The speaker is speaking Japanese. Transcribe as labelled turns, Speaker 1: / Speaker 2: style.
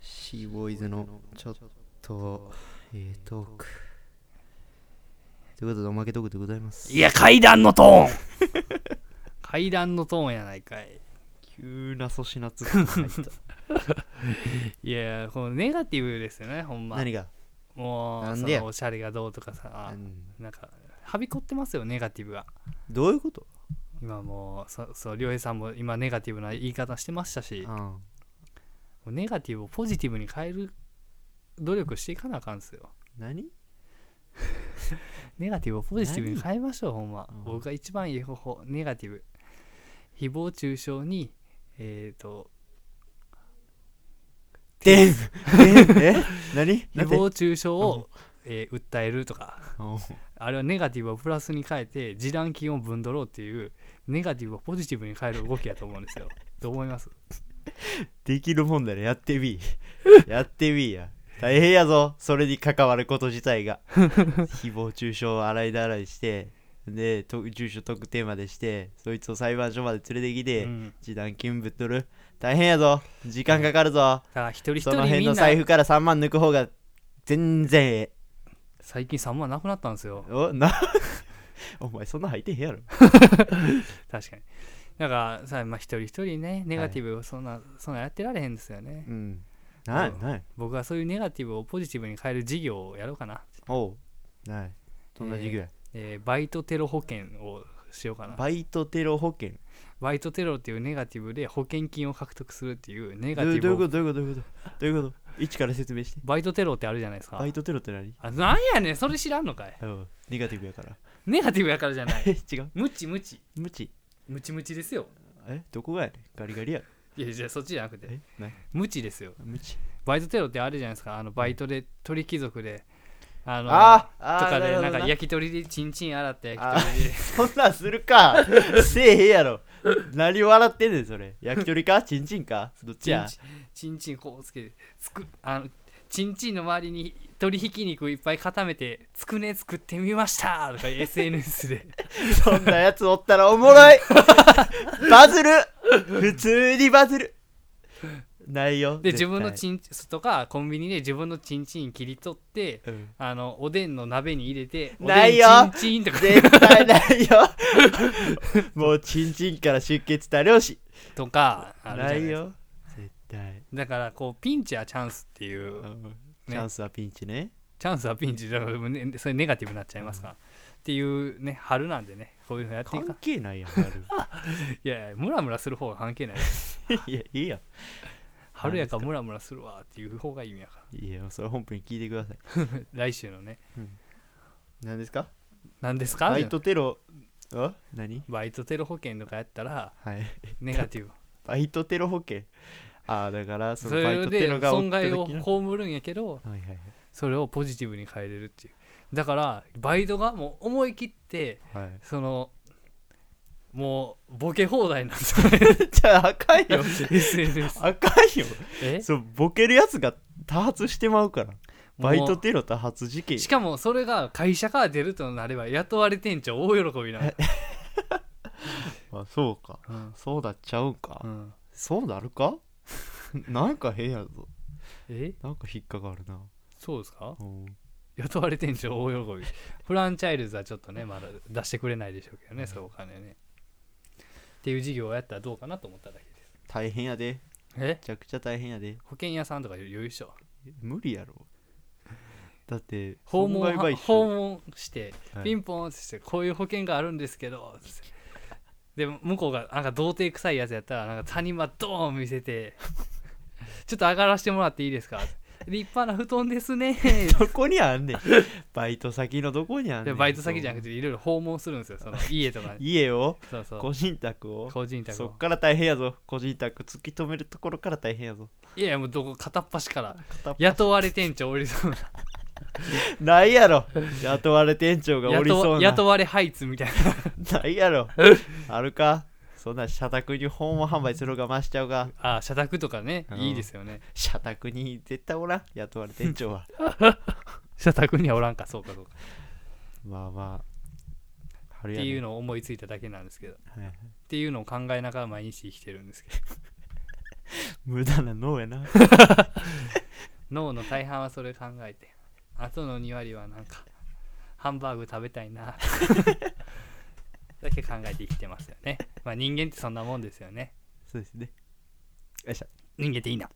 Speaker 1: シーボーイズのちょっとええトークということでおまけトークでございます
Speaker 2: いや、階段のトーン 階段のトーンやないかい。
Speaker 1: 急な粗品つくの入った
Speaker 2: いや、このネガティブですよね、ほん ま。
Speaker 1: 何が
Speaker 2: も
Speaker 1: な
Speaker 2: う、
Speaker 1: ん
Speaker 2: そ
Speaker 1: でや
Speaker 2: のおしゃれがどうとかさ
Speaker 1: う、ん
Speaker 2: なんか、はびこってますよ、ネガティブが。
Speaker 1: どういうこと
Speaker 2: 今もう、そそう、良平さんも今、ネガティブな言い方してましたし、も
Speaker 1: あ
Speaker 2: うネガティブをポジティブに変える努力していかなあかんですよ。
Speaker 1: 何
Speaker 2: ネガティブをポジティブに変えましょう、ほんま
Speaker 1: うん。
Speaker 2: 僕が一番いい方法、ネガティブ。誹謗中傷に、えっ、ー、と、
Speaker 1: でんでんえ 何
Speaker 2: 誹
Speaker 1: なんて
Speaker 2: 謗中傷を、えー訴えるとか、
Speaker 1: お
Speaker 2: あれはネガティブをプラスに変えて示談金をぶんどろうっていうネガティブをポジティブに変える動きやと思うんで すよ。どう思います
Speaker 1: できるもんだらやって みいやってみいや大変やぞそれに関わること自体 が誹謗中傷を洗いだらいしてでと住所特定までしてそいつを裁判所まで連れてきて、
Speaker 2: うん、
Speaker 1: 示談金ぶっとる大変やぞ時間かかるぞ、
Speaker 2: だから一人一
Speaker 1: その
Speaker 2: 人み
Speaker 1: 辺の
Speaker 2: んな
Speaker 1: 財布から3万抜く方が全然え
Speaker 2: 最近3万なくなったんですよ
Speaker 1: え。おな お前そんな入ってへんやろ
Speaker 2: 確かに。だからさ、まあ、一人一人ねネガティブをそんな、そんなやってられへんですよね。
Speaker 1: うんない
Speaker 2: うん
Speaker 1: ない
Speaker 2: 僕はそういうネガティブをポジティブに変える事業をやろうかな。
Speaker 1: おうないどんな授業や、
Speaker 2: えーバイトテロ保険をしようかな。
Speaker 1: バイトテロ保険
Speaker 2: バイトテロっていうネガティブで保険金を獲得するっていうネガ
Speaker 1: ど
Speaker 2: テ
Speaker 1: う
Speaker 2: ィ
Speaker 1: どういう
Speaker 2: ブ
Speaker 1: こ
Speaker 2: を
Speaker 1: とどういうことどういうことどういうこと一から説明して
Speaker 2: バイトテロってあるじゃないですか
Speaker 1: バイ。トテロって何
Speaker 2: あなんやねんそれ知らんのかい
Speaker 1: うんネガティブやから
Speaker 2: ネガティブやからじゃない
Speaker 1: 違う
Speaker 2: ムチムチ
Speaker 1: 無知
Speaker 2: ムチムチですよ
Speaker 1: えどこがやねんガリガリやろ
Speaker 2: いやじゃあそっちじゃなくて
Speaker 1: えない
Speaker 2: ムチですよ
Speaker 1: 無知
Speaker 2: バイトテロってあるじゃないですかあのバイトで鳥貴族であの
Speaker 1: あーあー
Speaker 2: とか
Speaker 1: なる
Speaker 2: で
Speaker 1: ほ
Speaker 2: な
Speaker 1: どな
Speaker 2: んか焼き鳥でチンチン洗って
Speaker 1: あ
Speaker 2: 焼き鳥で
Speaker 1: そんなんするかせえへんやろ何笑ってんねんそれ焼き鳥かチンチンかどっち
Speaker 2: チン
Speaker 1: や
Speaker 2: チンチンチンこうつけてつくあのチンチンの周りに鶏ひき肉いっぱい固めてつくね作ってみましたとか SNS で
Speaker 1: そんなやつおったらおもろいバズる普通にバズるないよ
Speaker 2: で自分の
Speaker 1: ン、
Speaker 2: チンチンとかコンビニで自分のチンチン切り取って
Speaker 1: うん
Speaker 2: あのおでんの鍋に入れておでん
Speaker 1: ないよ
Speaker 2: チンチンとか
Speaker 1: 絶対ないよもうチンチンから出血多量子
Speaker 2: とかあるじゃ
Speaker 1: な
Speaker 2: ないいよ
Speaker 1: よ絶対、
Speaker 2: だからこうピンチはチャンスっていううん
Speaker 1: チャンスはピンチね
Speaker 2: チャンスはピンチだから、ね、それネガティブになっちゃい ますから、っていうね春なんでねこういうのやってい
Speaker 1: 関
Speaker 2: か
Speaker 1: 係ないやん春
Speaker 2: いやいやムラムラする方が関係ない
Speaker 1: いやいいやん
Speaker 2: 春やからムラムラするわっていう方がいいんやか
Speaker 1: いやそれ本編聞いてください
Speaker 2: ら 来週のね
Speaker 1: 何ですか
Speaker 2: 何ですか
Speaker 1: バイトテロあ何
Speaker 2: バイトテロ保険とかやった ら
Speaker 1: はい
Speaker 2: ネガティブ
Speaker 1: バイトテロ保険ああだからそ
Speaker 2: そ
Speaker 1: のバイ
Speaker 2: れ
Speaker 1: トテ
Speaker 2: で
Speaker 1: ロが起
Speaker 2: 損
Speaker 1: きた時
Speaker 2: 害
Speaker 1: の
Speaker 2: を被るんやけど
Speaker 1: はいはい
Speaker 2: それをポジティブに変えれるっていうだからバイトがもう思い切って
Speaker 1: はい はい
Speaker 2: そのもうボケ放題なんです
Speaker 1: じゃああかんよ
Speaker 2: よ SNS
Speaker 1: あかんよ
Speaker 2: え
Speaker 1: そうボケるやつが多発してまうからバイ
Speaker 2: も
Speaker 1: ト
Speaker 2: う
Speaker 1: テロ多発事件
Speaker 2: しかもそれが会社から出るとなれば雇われ店長大喜びなの、
Speaker 1: あそうか
Speaker 2: うん
Speaker 1: そうだっちゃうんか、
Speaker 2: うん
Speaker 1: そうなるか なんか変やぞ
Speaker 2: え
Speaker 1: なんか引っかかるな
Speaker 2: そうですか
Speaker 1: うん
Speaker 2: 雇われ店長大喜びフランチャイルズはちょっとねまだ出してくれないでしょうけどねそうお金ねっていう事業をやったらどうかなと思っただけです
Speaker 1: 大変やでめ
Speaker 2: え
Speaker 1: ちゃくちゃ大変やで
Speaker 2: 保険屋さんとか余裕でしょ
Speaker 1: 無理やろだって
Speaker 2: 訪問
Speaker 1: 損害賠償
Speaker 2: は訪問して
Speaker 1: はい
Speaker 2: ピンポンってしてこういう保険があるんですけどつってでも向こうがなんか童貞臭いやつやったらなんか谷間ドーン見せ てちょっと上がらせてもらっていいですか立派な布団ですね
Speaker 1: どこにあん ねんバイト先のどこにあんね
Speaker 2: で
Speaker 1: ん
Speaker 2: バイト先じゃな
Speaker 1: くて
Speaker 2: くていろいろ訪問するんですよその家とかに
Speaker 1: 家を
Speaker 2: そうそう
Speaker 1: 個人宅を
Speaker 2: 個人宅
Speaker 1: そ
Speaker 2: を
Speaker 1: っから大変やぞ個人宅突き止めるところから大変やぞ
Speaker 2: いやいやもうどこ片っ端から
Speaker 1: 片っ端
Speaker 2: 雇われ店長おりそうな
Speaker 1: ないやろ雇われ店長 がおり
Speaker 2: 雇
Speaker 1: そ
Speaker 2: わ
Speaker 1: うな
Speaker 2: 雇われハイツみたいな
Speaker 1: ないや ろあるかそんな社宅に訪問販売する方が増しちゃうが
Speaker 2: ああ社宅とかね
Speaker 1: うん
Speaker 2: いいですよね
Speaker 1: 社宅に絶対おらん雇われ店 長は
Speaker 2: 社宅にはおらんかそうかそうか
Speaker 1: まあまあ春
Speaker 2: っていう
Speaker 1: の、
Speaker 2: のを思いついただけなんですけど
Speaker 1: はい
Speaker 2: っていうのを考えながら毎日生きてるんですけど
Speaker 1: 無駄な脳やな
Speaker 2: 脳の大半はそれ考えてあとの2割はなんかハンバーグ食べたいなだけ考えて生きてますよねまあ人間ってそんなもんですよね
Speaker 1: そうですねよいしょ
Speaker 2: 人間っていいな